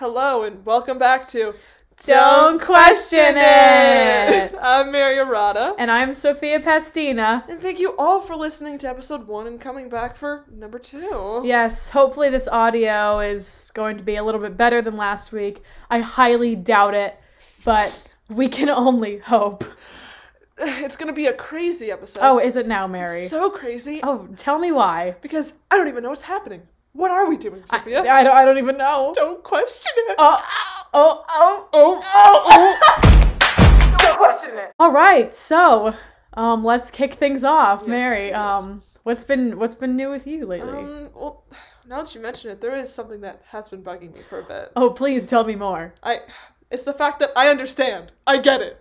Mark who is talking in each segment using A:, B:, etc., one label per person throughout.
A: Hello and welcome back to
B: Don't Question It!
A: I'm Mary Arata.
B: And I'm Sophia Pastina.
A: And thank you all for listening to episode one and coming back for number two.
B: Yes, hopefully this audio is going to be a little bit better than last week. I highly doubt it, but we can only hope.
A: It's gonna be a crazy episode.
B: Oh, is it now, Mary?
A: so crazy
B: Oh, tell me why.
A: because I don't even know what's happening. What are we doing,
B: I,
A: Sophia?
B: I don't, I don't even know.
A: Don't question it.
B: Oh, oh,
A: oh,
B: oh, oh, oh.
A: don't question it.
B: All right, so um, let's kick things off,
A: Yes,
B: Mary.
A: yes.
B: Um, what's been what's been new with you lately?
A: Um, well, now that you mention it, there is something that has been bugging me for a bit.
B: oh, please tell me more.
A: I it's the fact that I understand. I get it.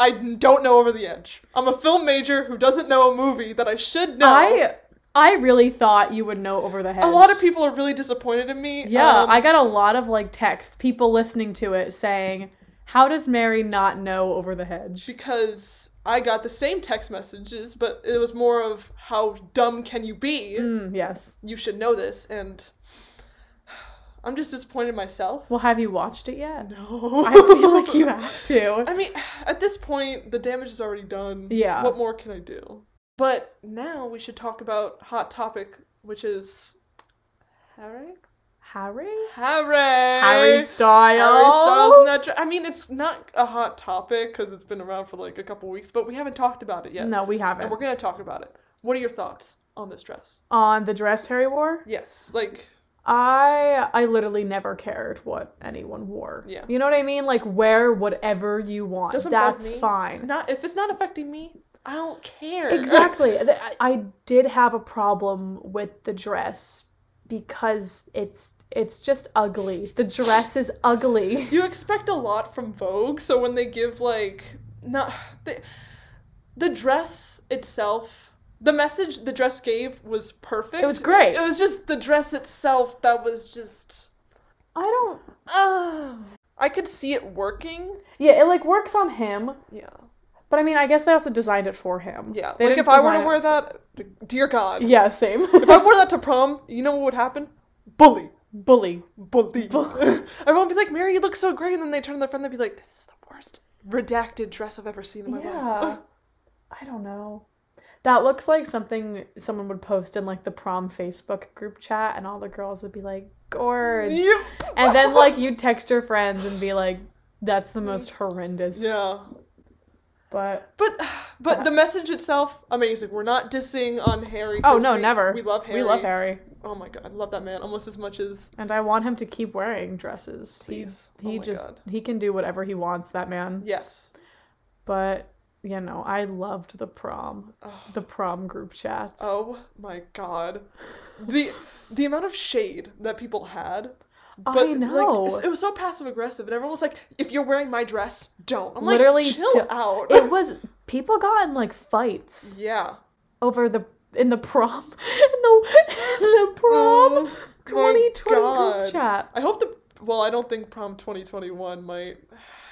A: I don't know over the edge. I'm a film major who doesn't know a movie that I should know.
B: I I really thought you would know over the head.
A: oh. a lot of people are really disappointed in me.
B: Yeah,
A: Um,
B: I got a lot of like texts, people listening to it saying, "How does Mary not know over the hedge?"
A: because I got the same text messages, but it was more of how dumb can you be?
B: Mm, yes.
A: You should know this, and I'm just disappointed in myself.
B: Well, have you watched it yet?
A: no,
B: I feel like you have to.
A: I mean, at this point, the damage is already done.
B: Yeah.
A: What more can I do? But now we should talk about hot topic, which is Harry.
B: Harry?
A: Harry.
B: Harry Styles.
A: Harry Styles. Natural. I mean, it's not a hot topic because it's been around for like a couple weeks, but we haven't talked about it yet.
B: No, we
A: And
B: haven't.
A: we're gonna talk about it. What are your thoughts on this dress?
B: On the dress Harry wore,
A: Yes, like
B: I I literally never cared what anyone wore.
A: Yeah.
B: You know what I mean? Like wear whatever you want.
A: doesn't bug
B: That's
A: me. It's
B: fine.
A: not if it's not affecting me, I don't care.
B: exactly. Th- I- I did have a problem with the dress because it's it's just ugly. The dress is ugly.
A: you expect a lot from Vogue, so when they give like not the, the dress itself, the message the dress gave was perfect.
B: It was great.
A: It was just the dress itself that was just
B: I don't.
A: oh. I could see it working.
B: Yeah, it like works on him,
A: Yeah.
B: but I mean, I guess they also designed it for him.
A: Yeah.
B: They
A: like
B: didn't
A: if I were
B: design
A: to
B: it-
A: wear that, dear god.
B: Yeah, same.
A: If I wore that to prom, you know what would happen? Bully.
B: Bully.
A: Bully. Everyone would be like, "Mary, you look so great." And then they turn to their friend and they'd be like, "This is the worst redacted dress I've ever seen in my
B: Yeah.
A: life."
B: I don't know. That looks like something someone would post in like the prom Facebook group chat, and all the girls would be like, "Gorge,"
A: Yep.
B: and then like you'd text your friends and be like, "That's the most horrendous."
A: Mm. Yeah.
B: But
A: But but the message itself, amazing. We're not dissing on Harry.
B: oh
A: 'cause
B: no,
A: we-
B: never.
A: We love Harry.
B: We love Harry,
A: Oh my god, I love that man almost as much as
B: and I want him to keep wearing dresses. He-
A: Please. Oh
B: He,
A: my
B: just
A: God.
B: he can do whatever he wants. That man.
A: yes.
B: But you know, I loved the prom,
A: Oh,
B: the prom group chats.
A: oh my god. The the amount of shade that people had.
B: I
A: like,
B: know.
A: it's- it was so passive aggressive and everyone was like, if you're wearing my dress, don't. I'm
B: Literally
A: like chill
B: don't.
A: out.
B: it was people got in like fights.
A: yeah.
B: over the in the prom in the, in the prom
A: Oh, my
B: 2020
A: God.
B: group chat.
A: I hope the well, I don't think prom 2021 might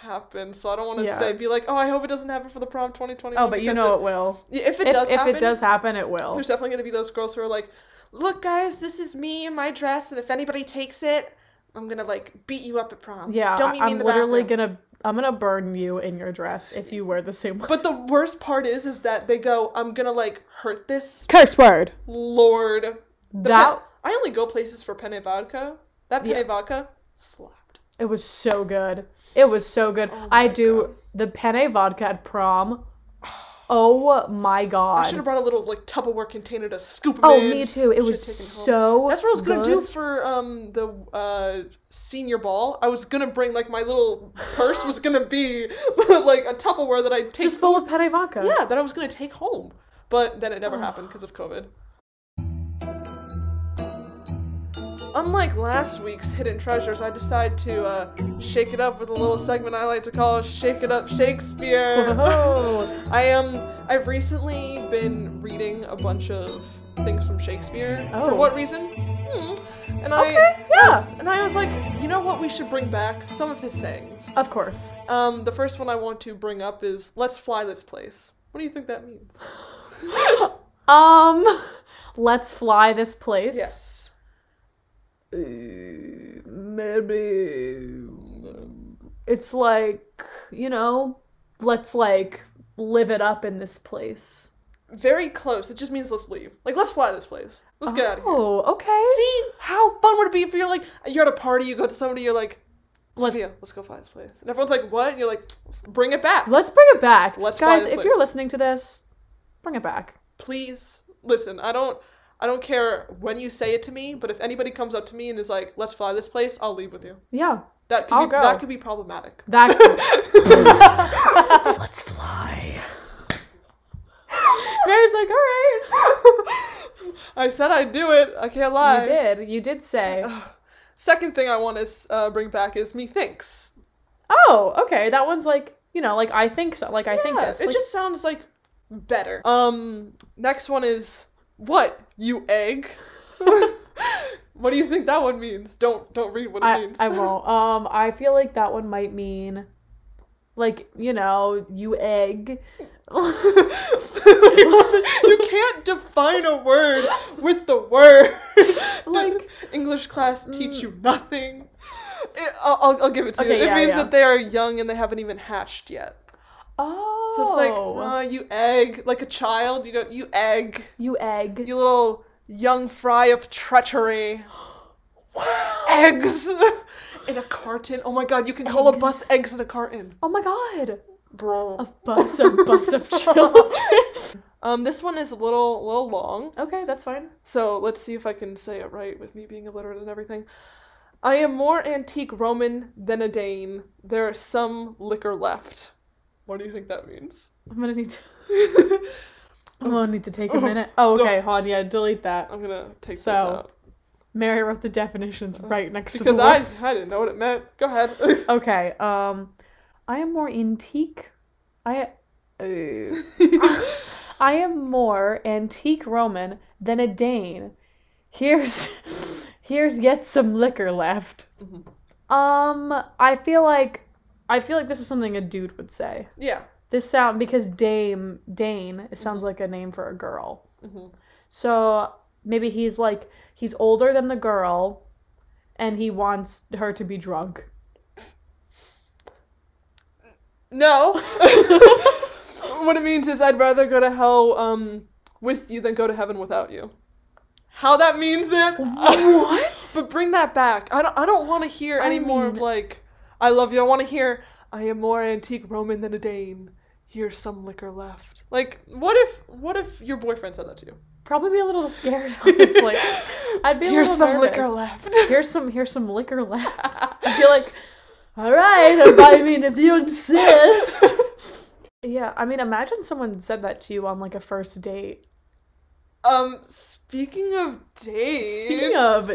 A: happen, so I don't want to
B: Yeah.
A: say be like, oh, I hope it doesn't happen for the prom 2021.
B: Oh, but you
A: because
B: know it, will.
A: it- if it
B: if
A: does
B: if
A: happen,
B: it does happen, it will.
A: there's definitely going to be those girls who are like, look, guys, this is me in my dress, and if anybody takes it, I'm gonna like beat you up at prom.
B: Yeah,
A: don't
B: I-
A: meet me in
B: I'm
A: the
B: literally
A: bathroom.
B: gonna I'm gonna burn you in your dress if you wear the same.
A: But the worst part is, is that they go, I'm gonna like hurt this
B: curse word
A: lord. The
B: that
A: pen- I only go places for penne vodka. That penne
B: Yeah.
A: vodka slapped.
B: it was so good. It was so good.
A: Oh my
B: I do
A: God.
B: the penne vodka at prom. Oh my
A: I
B: god.
A: should have brought a little like Tupperware container to scoop 'em
B: oh,
A: in.
B: me too. It
A: Should've
B: was
A: taken home.
B: so.
A: That's what I was gonna do
B: good.
A: for um the uh senior ball. I was gonna bring like my little purse was gonna be like a Tupperware that I take.
B: Just full of penne vodka.
A: yeah, that I was gonna take home, but then it never happened because of COVID. Unlike last week's hidden treasures, I decided to uh, shake it up with a little segment I like to call "Shake It Up Shakespeare."
B: Oh.
A: I am. I've recently been reading a bunch of things from Shakespeare. For
B: Oh.
A: what reason? Hmm. And I,
B: Okay,
A: I was-
B: yeah.
A: and I was like, you know what? We should bring back some of his sayings.
B: Of course.
A: Um, the first one I want to bring up is "Let's fly this place." What do you think that means?
B: Um, let's fly this place.
A: Yes.
B: Uh, maybe it's like you know let's like live it up in this place
A: Very close. It just means let's leave. Like, let's fly this place. Let's get out of here.
B: oh okay
A: See how fun would it be if you're like you're at a party, you go to somebody, you're like,
B: Let-
A: Sophia, let's go fly this place, and everyone's like, what? And you're like, bring it back,
B: let's bring it back
A: Let's fly
B: guys
A: this
B: if
A: place.
B: you're listening to this bring it back
A: please. Listen, I don't, I don't care when you say it to me, but if anybody comes up to me and is like, let's fly this place, I'll leave with you.
B: yeah
A: That could
B: I'll
A: be,
B: go.
A: that could be problematic.
B: that
A: That
B: let's fly mary's like all right
A: I said I'd do it. I can't lie.
B: you did you did say
A: Second thing I want to uh, bring back is methinks.
B: oh okay that one's like you know like i think so like i think
A: Yeah,
B: this
A: it
B: like,
A: just sounds like better. Um, next one is what you egg. what do you think that one means? Don't don't read what it
B: I,
A: means.
B: I won't. Um, I feel like that one might mean, like you know, you egg.
A: you can't define a word with the word.
B: Like- mm.
A: English class teach you nothing. It- I'll, I'll, I'll give it to you.
B: Okay,
A: It
B: yeah,
A: means
B: yeah.
A: that they are young and they haven't even hatched yet.
B: Oh,
A: So it's like, uh, you egg, like a child. You go, you egg,
B: you egg.
A: you little young fry of treachery.
B: wow.
A: Eggs in a carton. Oh my god, you can call a bus
B: Eggs.
A: eggs in a carton,
B: Oh my god,
A: bro.
B: a bus, a bus of children.
A: Um, this one is a little, little long.
B: okay, that's fine.
A: So let's see if I can say it right with me being illiterate and everything. I am more antique Roman than a Dane. There is some liquor left. What do you think that means?
B: I'm gonna need to. I'm gonna need to take a minute. Oh,
A: Don't-
B: okay, hon. Yeah, delete that.
A: I'm gonna take
B: So,
A: this out
B: Mary wrote the definitions right next to
A: Uh, because
B: the
A: I
B: word.
A: I didn't know what it meant. Go ahead.
B: Okay. Um, I am more antique. I. Uh, I am more antique Roman than a Dane. Here's here's yet some liquor left.
A: Mhm.
B: Um, I feel like I feel like this is something a dude would say.
A: yeah.
B: This sound because Dame Dane it
A: Mm-hmm.
B: sounds like a name for a girl.
A: hmm
B: So maybe he's like he's older than the girl and he wants her to be drunk.
A: No. what it means is I'd rather go to hell um with you than go to heaven without you. How that means it?
B: What?
A: But bring that back. I don't. I don't want to hear
B: I
A: any more of
B: mean-
A: like, I love you. I want to hear, I am more antique Roman than a Dane. Here's some liquor left. Like, what if? What if your boyfriend said that to you?
B: Probably be a little scared, honestly. I'd be a
A: Here's
B: little
A: some
B: nervous.
A: liquor left.
B: here's some here's some liquor left. I'd be like, all right, if- I mean if you insist. Yeah, I mean imagine someone said that to you on like a first date.
A: um, speaking of dates,
B: Speaking of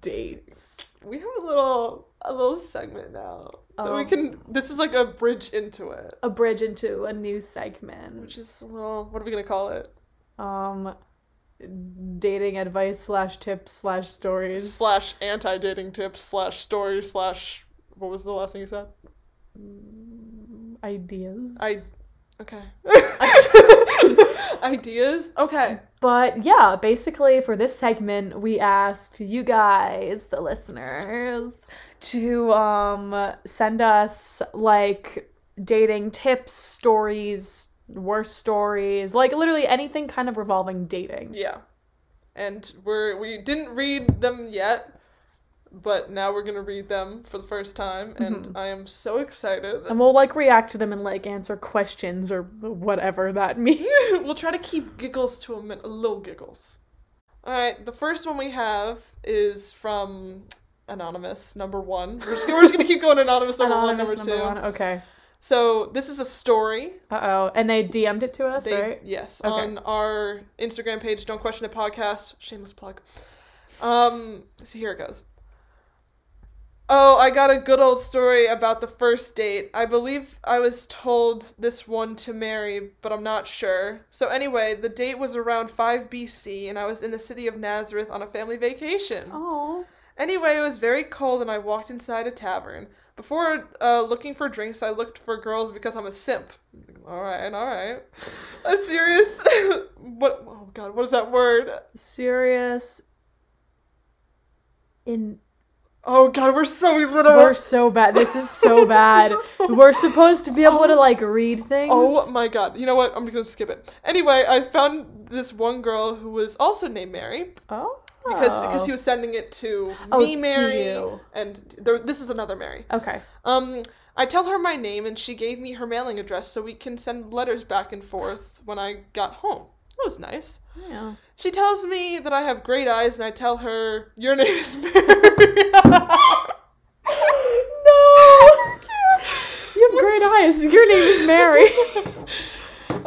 B: dates,
A: we have a little a little segment now that we
B: Um.
A: can. This is like a bridge into it,
B: a bridge into a new segment.
A: which is a little. What are we gonna call it?
B: Um dating advice slash tips slash stories.
A: Slash anti dating tips slash story slash. What was the last thing you said?
B: ideas.
A: I okay. Ideas? Okay.
B: But yeah, basically for this segment, we asked you guys, the listeners, to um send us like dating tips, stories, worst stories, like literally anything kind of revolving dating.
A: Yeah. And we're we didn't read them yet, but now we're gonna read them for the first time, and
B: Mhm.
A: I am so excited.
B: And we'll like react to them and like answer questions or whatever that means.
A: we'll try to keep giggles to a min- little giggles. All right, the first one we have is from anonymous number one. We're just, we're just gonna keep going anonymous number
B: Anonymous
A: one, number, two.
B: Okay.
A: So this is a story
B: Uh oh. And they DM'd it to us,
A: They-
B: right?
A: Yes,
B: Okay.
A: on our Instagram page, Don't Question It podcast. Shameless plug. Um, so here it goes. Oh, I got a good old story about the first date. I believe I was told this one to marry, but I'm not sure. So anyway, the date was around 5 BC, and I was in the city of Nazareth on a family vacation.
B: Oh.
A: Anyway, it was very cold and I walked inside a tavern. Before uh, looking for drinks, I looked for girls because I'm a simp. Alright, alright. A serious. what? Oh god, what is that word?
B: Serious. In
A: Oh god, we're so literal.
B: We're so bad. This is so bad. We're supposed to be able to like read things.
A: Oh my god. You know what? I'm gonna skip it. Anyway, I found this one girl who was also named Mary
B: Oh.
A: because because he was sending it to
B: Oh,
A: me,
B: to
A: Mary,
B: you.
A: and there, this is another Mary.
B: Okay.
A: Um, I tell her my name, and she gave me her mailing address so we can send letters back and forth when I got home. That was nice.
B: Yeah.
A: She tells me that I have great eyes, and I tell her your name is Mary.
B: no. You have great eyes. Your name is Mary.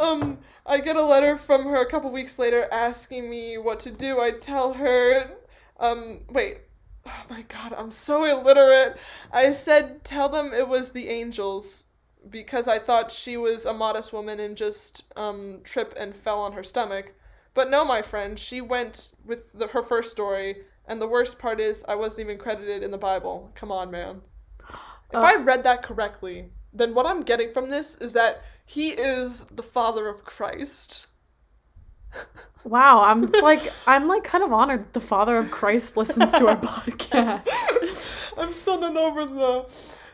A: um, I get a letter from her a couple weeks later asking me what to do. I tell her, um, wait. Oh my god, I'm so illiterate. I said, tell them it was the angels because I thought she was a modest woman and just um, trip and fell on her stomach. But no, my friend, she went with the, her first story, and the worst part is I wasn't even credited in the Bible. Come on, man. If
B: Uh,
A: I read that correctly, then what I'm getting from this is that he is the father of Christ.
B: Wow, I'm like I'm like kind of honored that the father of Christ listens to our podcast.
A: I'm still not over the.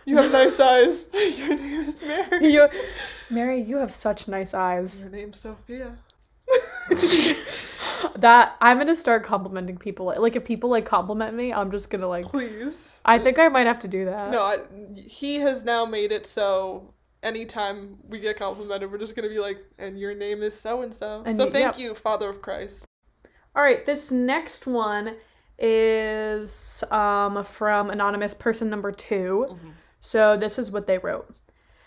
A: You have nice eyes. Your name is Mary.
B: You, Mary, you have such nice eyes.
A: Your name's Sophia.
B: That I'm gonna start complimenting people. Like if people like compliment me, I'm just gonna like.
A: Please.
B: I think I might have to do that.
A: No, I, he has now made it so anytime we get complimented, we're just gonna be like, "And your name is so and so."
B: And
A: So
B: y-
A: thank
B: yep.
A: you, Father of Christ.
B: All right, this next one is um, from anonymous person number 2
A: Mhm.
B: So this is what they wrote.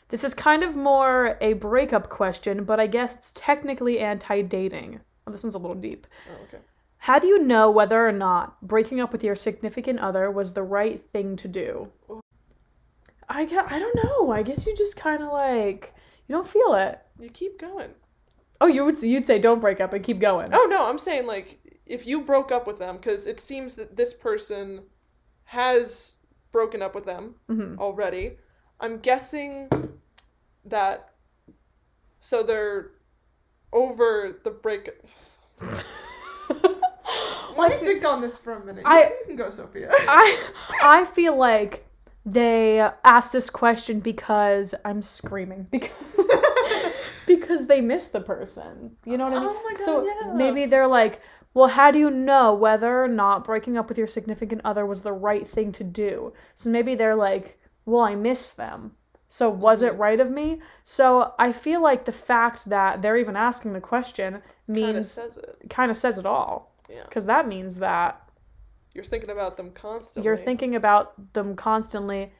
B: This is kind of more a breakup question, but I guess it's technically anti dating. Oh, this one's a little deep.
A: Oh, okay.
B: How do you know whether or not breaking up with your significant other was the right thing to do? I, gue- I don't know. I guess you just kind of like, you don't feel it.
A: You keep going.
B: Oh, you would you'd say don't break up and keep going.
A: Oh no, I'm saying like if you broke up with them because it seems that this person has broken up with them
B: Mhm.
A: already. I'm guessing that so they're over the break. Let me think on this for a minute.
B: I-
A: you can go, Sophia.
B: I I feel like they asked this question because I'm screaming because because they miss the person. You know what I mean?
A: Oh my God,
B: so
A: yeah.
B: maybe they're like, well, how do you know whether or not breaking up with your significant other was the right thing to do? So maybe they're like, well, I miss them. So was
A: Mm-hmm.
B: it right of me? So I feel like the fact that they're even asking the question
A: kind of
B: means
A: says it.
B: kind of says it all
A: Yeah,
B: because that means that
A: you're thinking about them constantly.
B: you're thinking about them constantly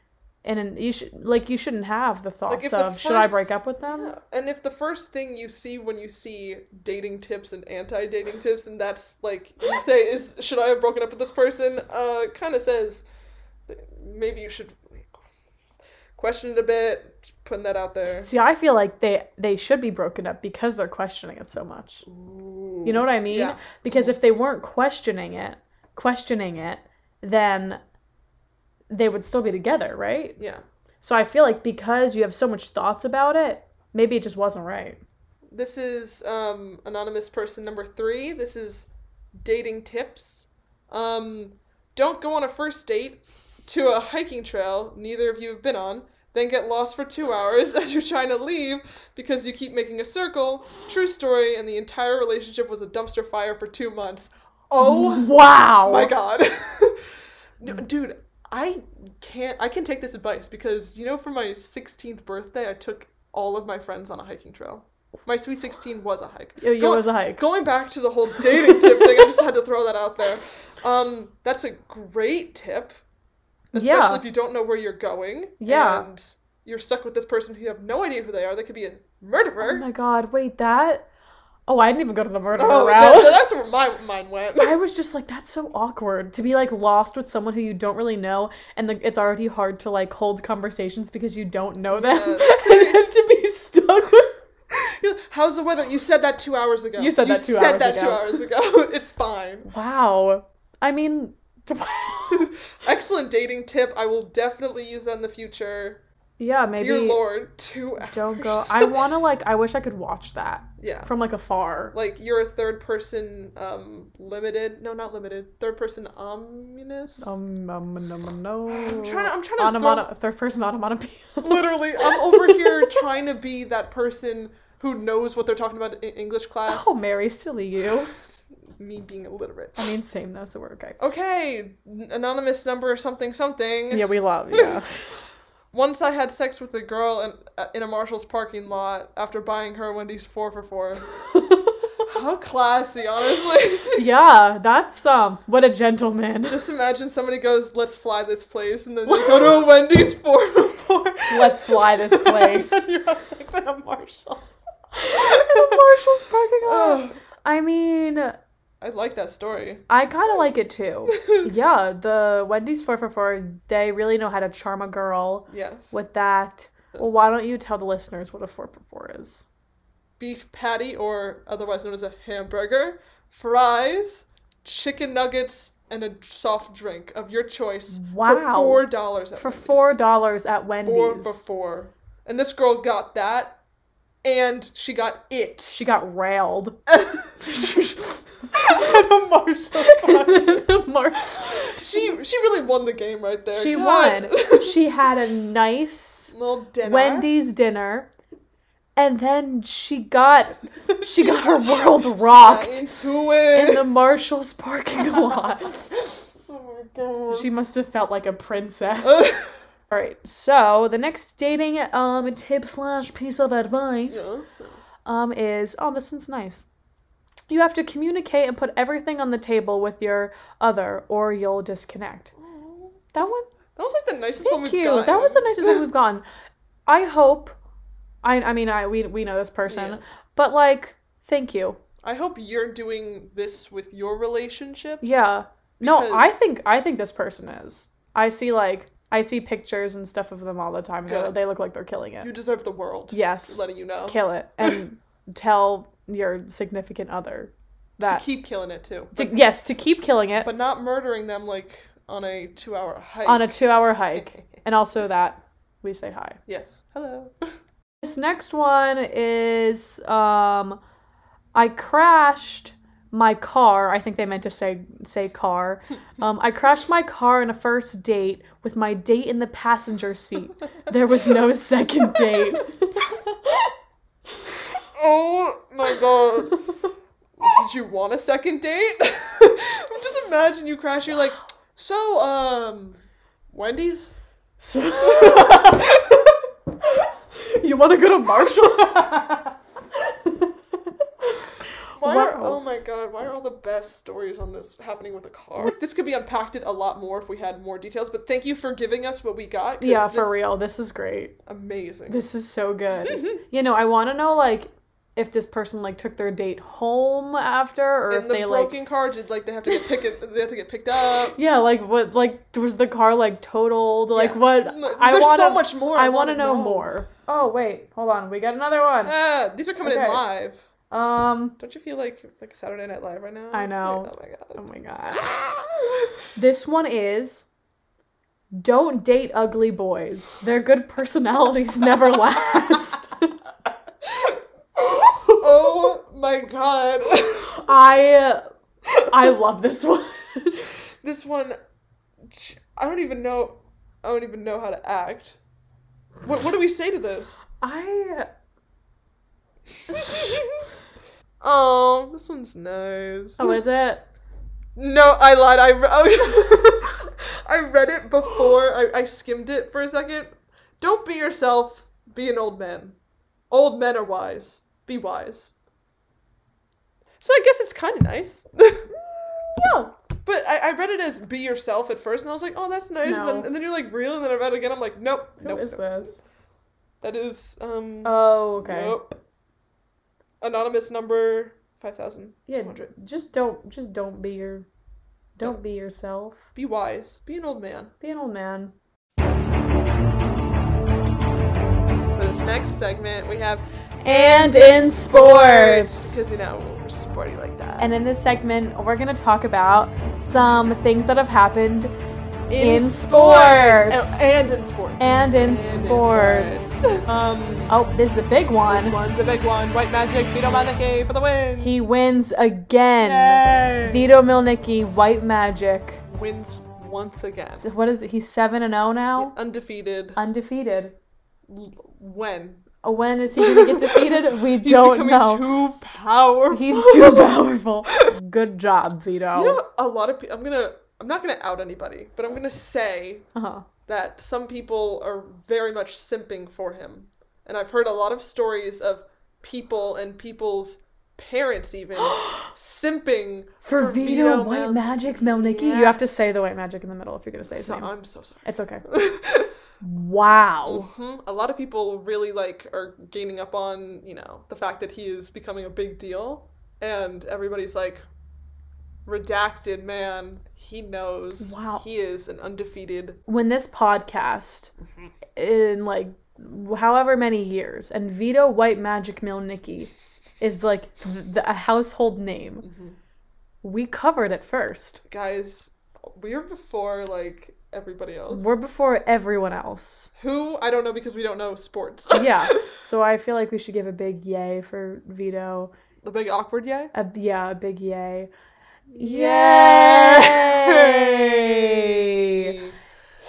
B: and an, you should like you shouldn't have the thoughts
A: if
B: of
A: the
B: should i
A: first-
B: break up with them
A: Yeah. And if the first thing you see when you see dating tips and anti-dating tips, and that's like you say is should I have broken up with this person, uh, kind of says that maybe you should question it a bit, just putting that out there.
B: see i feel like they they should be broken up because they're questioning it so much you know what i mean
A: Yeah.
B: because if they weren't questioning it questioning it then they would still be together right
A: Yeah,
B: so i feel like because you have so much thoughts about it maybe it just wasn't right
A: this is um, anonymous person number three. This is dating tips. Um, don't go on a first date to a hiking trail neither of you have been on, then get lost for two hours as you're trying to leave because you keep making a circle. True story, and the entire relationship was a dumpster fire for two months. Oh
B: wow
A: my god. No, Dude, I can't, I can take this advice because, you know, for my 16th birthday, I took all of my friends on a hiking trail. My sweet 16 was a hike.
B: Yo, yo,
A: Go-
B: it was a hike
A: Going back to the whole dating tip thing, I just had to throw that out there. Um, that's a great tip, especially
B: Yeah.
A: if you don't know where you're going.
B: Yeah.
A: and you're stuck with this person who you have no idea who they are. They could be a
B: Oh
A: murderer.
B: my god, wait, that. Oh, I didn't even go to the murder
A: Oh, that-
B: route.
A: that's where my mind went.
B: I was just like, that's so awkward to be like lost with someone who you don't really know, and the, it's already hard to like hold conversations because you don't know them,
A: Yes.
B: and then to be stuck with.
A: How's the weather? You said that two hours ago.
B: You said that two
A: said
B: hours
A: that
B: ago.
A: two hours ago. It's fine.
B: Wow, I mean,
A: Excellent dating tip. I will definitely use that in the future.
B: Yeah, maybe
A: Dear Lord, two hours.
B: don't go. I want to like. I wish I could watch that
A: yeah.
B: from like afar.
A: Like you're a third person um limited. No, not limited. Third person ominous.
B: Um, um, no, no, no.
A: I'm trying to I'm trying to
B: Onomatopoeia. Third person onomatopoeia.
A: throw- literally I'm over here trying to be that person who knows what they're talking about in English class.
B: Oh, Mary, silly you.
A: Me being illiterate.
B: I mean, same though, so we're okay.
A: Okay, n- anonymous number something something.
B: Yeah, we love. Yeah.
A: Once I had sex with a girl in, uh, in a Marshall's parking lot after buying her Wendy's 4 for 4. How classy, honestly.
B: yeah, that's um. What a gentleman.
A: Just imagine somebody goes, let's fly this place, and then they go to a Wendy's 4 for 4.
B: Let's fly this place.
A: and then you have sex at a Marshall.
B: In the Marshall's parking lot.
A: Oh,
B: I mean,
A: I like that story.
B: I kind of like it too. Yeah, the Wendy's four for four. They really know how to charm a girl
A: yes.
B: with that. Well, why don't you tell the listeners what a four for four is?
A: Beef patty, or otherwise known as a hamburger, fries, chicken nuggets, and a soft drink of your choice.
B: Wow.
A: For four dollars at
B: For
A: Wendy's.
B: four dollars at
A: Four
B: Wendy's,
A: before. And this girl got that, and she got it.
B: she got railed.
A: At a Marshall's party.
B: The Mar-
A: she she really won the game right there.
B: she
A: God.
B: won. She had a nice
A: Little dinner.
B: Wendy's dinner, and then she got she got her world rocked
A: into
B: in
A: it.
B: the Marshall's parking lot.
A: oh my God.
B: She must have felt like a princess. All right, so the next dating um tip slash piece of advice
A: Yes.
B: um is oh this one's nice. You have to communicate and put everything on the table with your other, or you'll disconnect. That one,
A: That was like the nicest one
B: thank
A: we've
B: you.
A: gotten.
B: That was the nicest thing we've gotten. I hope. I I mean I we we know this person,
A: Yeah.
B: but like thank you.
A: I hope you're doing this with your relationships.
B: Yeah. No,
A: Because-
B: I think I think this person is. I see like I see pictures and stuff of them all the time. and They,
A: Good.
B: they look like they're killing it.
A: You deserve the world. Just
B: yes,
A: Letting you know.
B: kill it and tell your significant other that.
A: To keep killing it too.
B: to- yes, to keep killing it
A: But not murdering them like on a two hour hike.
B: on a two-hour hike, and also that we say hi.
A: Yes. Hello.
B: This next one is um, I crashed my car. I think they meant to say say car. Um, I crashed my car on a first date with my date in the passenger seat. There was no second date.
A: Oh my god. Did you want a second date? Just imagine you crash, you're like, so, um, Wendy's?
B: So, you want to go to Marshall?
A: Why are,
B: Wow.
A: oh my god, why are all the best stories on this happening with a car? This could be unpacked a lot more if we had more details, but thank you for giving us what we got. 'cause
B: yeah,
A: this-
B: for real. This is great.
A: Amazing.
B: This is so good. you know, I want to know like if this person like took their date home after, or
A: and
B: if
A: the
B: they like
A: broken car did like they have to get picked they have to get picked up.
B: yeah, like what like was the car like totaled? Like
A: Yeah.
B: what?
A: There's
B: I want
A: so much more.
B: I want to
A: wanna
B: know, more. Oh wait, hold on. We got another one.
A: Ah, these are coming
B: Okay.
A: in live.
B: Um.
A: Don't you feel like like Saturday Night Live right now?
B: I know.
A: Like,
B: Oh
A: oh
B: my god.
A: my god.
B: This one is. Don't date ugly boys. Their good personalities never last.
A: oh my god.
B: I I love this one.
A: this one, ch- I don't even know. I don't even know how to act. What What do we say to this?
B: I
A: oh, this one's nice.
B: oh is it?
A: No, I lied. I re- oh, I read it before. I, I skimmed it for a second. Don't be yourself. Be an old man. Old men are wise. Be wise. So I guess it's kind of nice.
B: Yeah.
A: but I, I read it as be yourself at first, and I was like, oh, that's nice. And,
B: No.
A: then, and then you're like, real. And then I read it again. I'm like, nope.
B: Who
A: nope,
B: is
A: nope.
B: this?
A: That is um.
B: Oh, okay.
A: Nope. Anonymous number five thousand two hundred.
B: Just don't just don't be your don't be yourself.
A: Be wise. Be an old man.
B: Be an old man.
A: For this next segment, we have
B: And in sports.
A: because you know we're sporty like that.
B: And in this segment, we're going to talk about some things that have happened In sports.
A: and, and in sports.
B: and in
A: And in
B: sports.
A: sports. um,
B: Oh, this is a big one.
A: this one's a big one. White Magic, Vito Maliki for the win.
B: He wins again.
A: Yay.
B: Vito Milnicki, White Magic.
A: wins once again.
B: What is it? Uh, He's 7 and 0 now?
A: Undefeated.
B: Undefeated.
A: L- When?
B: Uh, When is he going to get defeated? We
A: He's
B: don't
A: becoming
B: know.
A: too powerful.
B: He's too powerful. Good job, Vito.
A: You know, a lot of people. I'm gonna. I'm not gonna out anybody, but I'm gonna say
B: uh-huh.
A: that some people are very much simping for him, and I've heard a lot of stories of people and people's parents even simping
B: For,
A: For
B: Vito,
A: Vito
B: White
A: Mel-
B: Magic Melnicki, you
A: Yeah.
B: have to say the White Magic in the middle if you're going to say his
A: So
B: name.
A: I'm so sorry.
B: It's okay. Wow.
A: Mhm. A lot of people really like are gaining up on you know the fact that he is becoming a big deal, and everybody's like, redacted man. He knows.
B: Wow.
A: He is an undefeated.
B: When this podcast, in like however many years, and Vito White Magic Melnicki is like th- the, a household name,
A: Mm-hmm.
B: we covered it first.
A: guys, we're before like everybody else.
B: We're before everyone else.
A: Who I don't know because we don't know sports.
B: Yeah. so I feel like we should give a big yay for Vito.
A: the big awkward yay.
B: A, yeah, a big yay. Yay!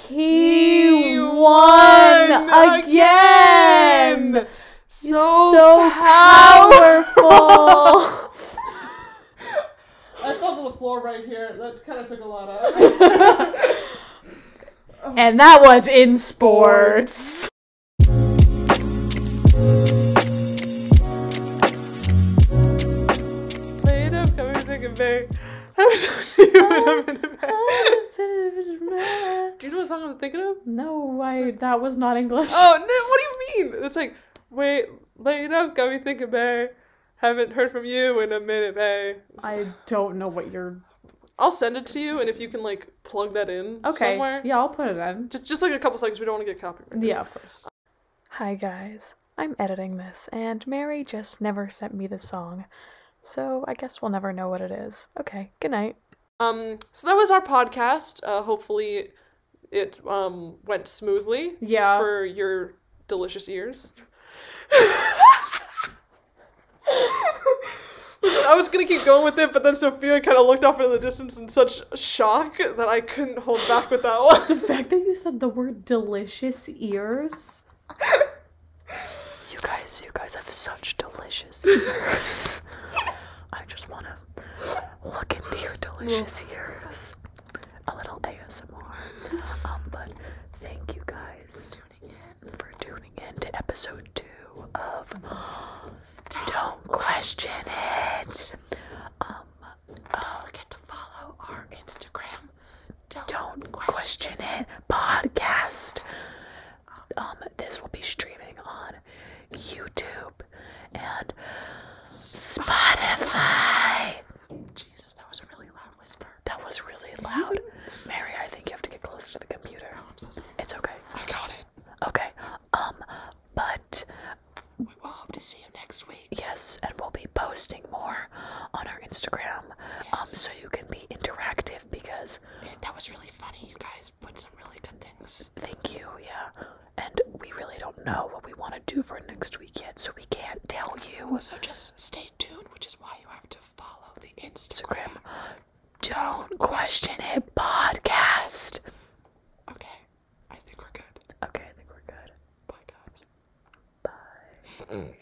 B: He
A: He
B: won
A: won
B: again.
A: again! So,
B: So powerful.
A: I fell to the floor right here. That kind of took a lot out.
B: and that was in sports.
A: Made up, coming to think of me. I'm so you when I'm in a bag. Do you know what song I'm thinking of?
B: no, I, that was not English.
A: Oh no! What do you mean? It's like, wait, laid up, got me thinking, babe. Haven't heard from you in a minute, babe.
B: I don't know what you're.
A: I'll send it to you, and if you can like plug that in
B: Okay.
A: somewhere,
B: Yeah, I'll put it in.
A: just just like a couple seconds. We don't want to get copyrighted.
B: Yeah, of course. Hi, guys. I'm editing this, and Mary just never sent me the song. So I guess we'll never know what it is. Okay, good night.
A: Um. So that was our podcast. Uh, hopefully, it um went smoothly
B: Yeah.
A: for your delicious ears. I was gonna keep going with it, but then Sophia kind of looked off into the distance in such shock that I couldn't hold back with that one.
B: the fact that you said the word delicious ears. You guys, you guys have such delicious ears. I just want to look into your delicious ears. A little ASMR. Um, but thank you guys for tuning in to episode two of Don't Question It. Um, Don't forget to follow our Instagram. Don't, question, it podcast. Um, this will be streaming on YouTube and Spotify. Jesus, that was a really loud whisper. That was really loud. Mary, I think you have to get close to the computer. I'm so sorry. It's okay.
A: I got it.
B: Okay. Um, but
A: We will hope to see you next week.
B: yes, and we'll be posting more on our Instagram. Um, so you can be interactive because
A: That was really funny. You guys put some really good things.
B: Thank you, yeah. And we really don't know what we want to do for next week yet, so we can't tell you.
A: So just stay tuned, which is why you have to follow the Insta.
B: Instagram, don't question it podcast.
A: Okay, I think we're good.
B: Okay, I think we're good.
A: Bye, guys.
B: Bye.
A: Mm.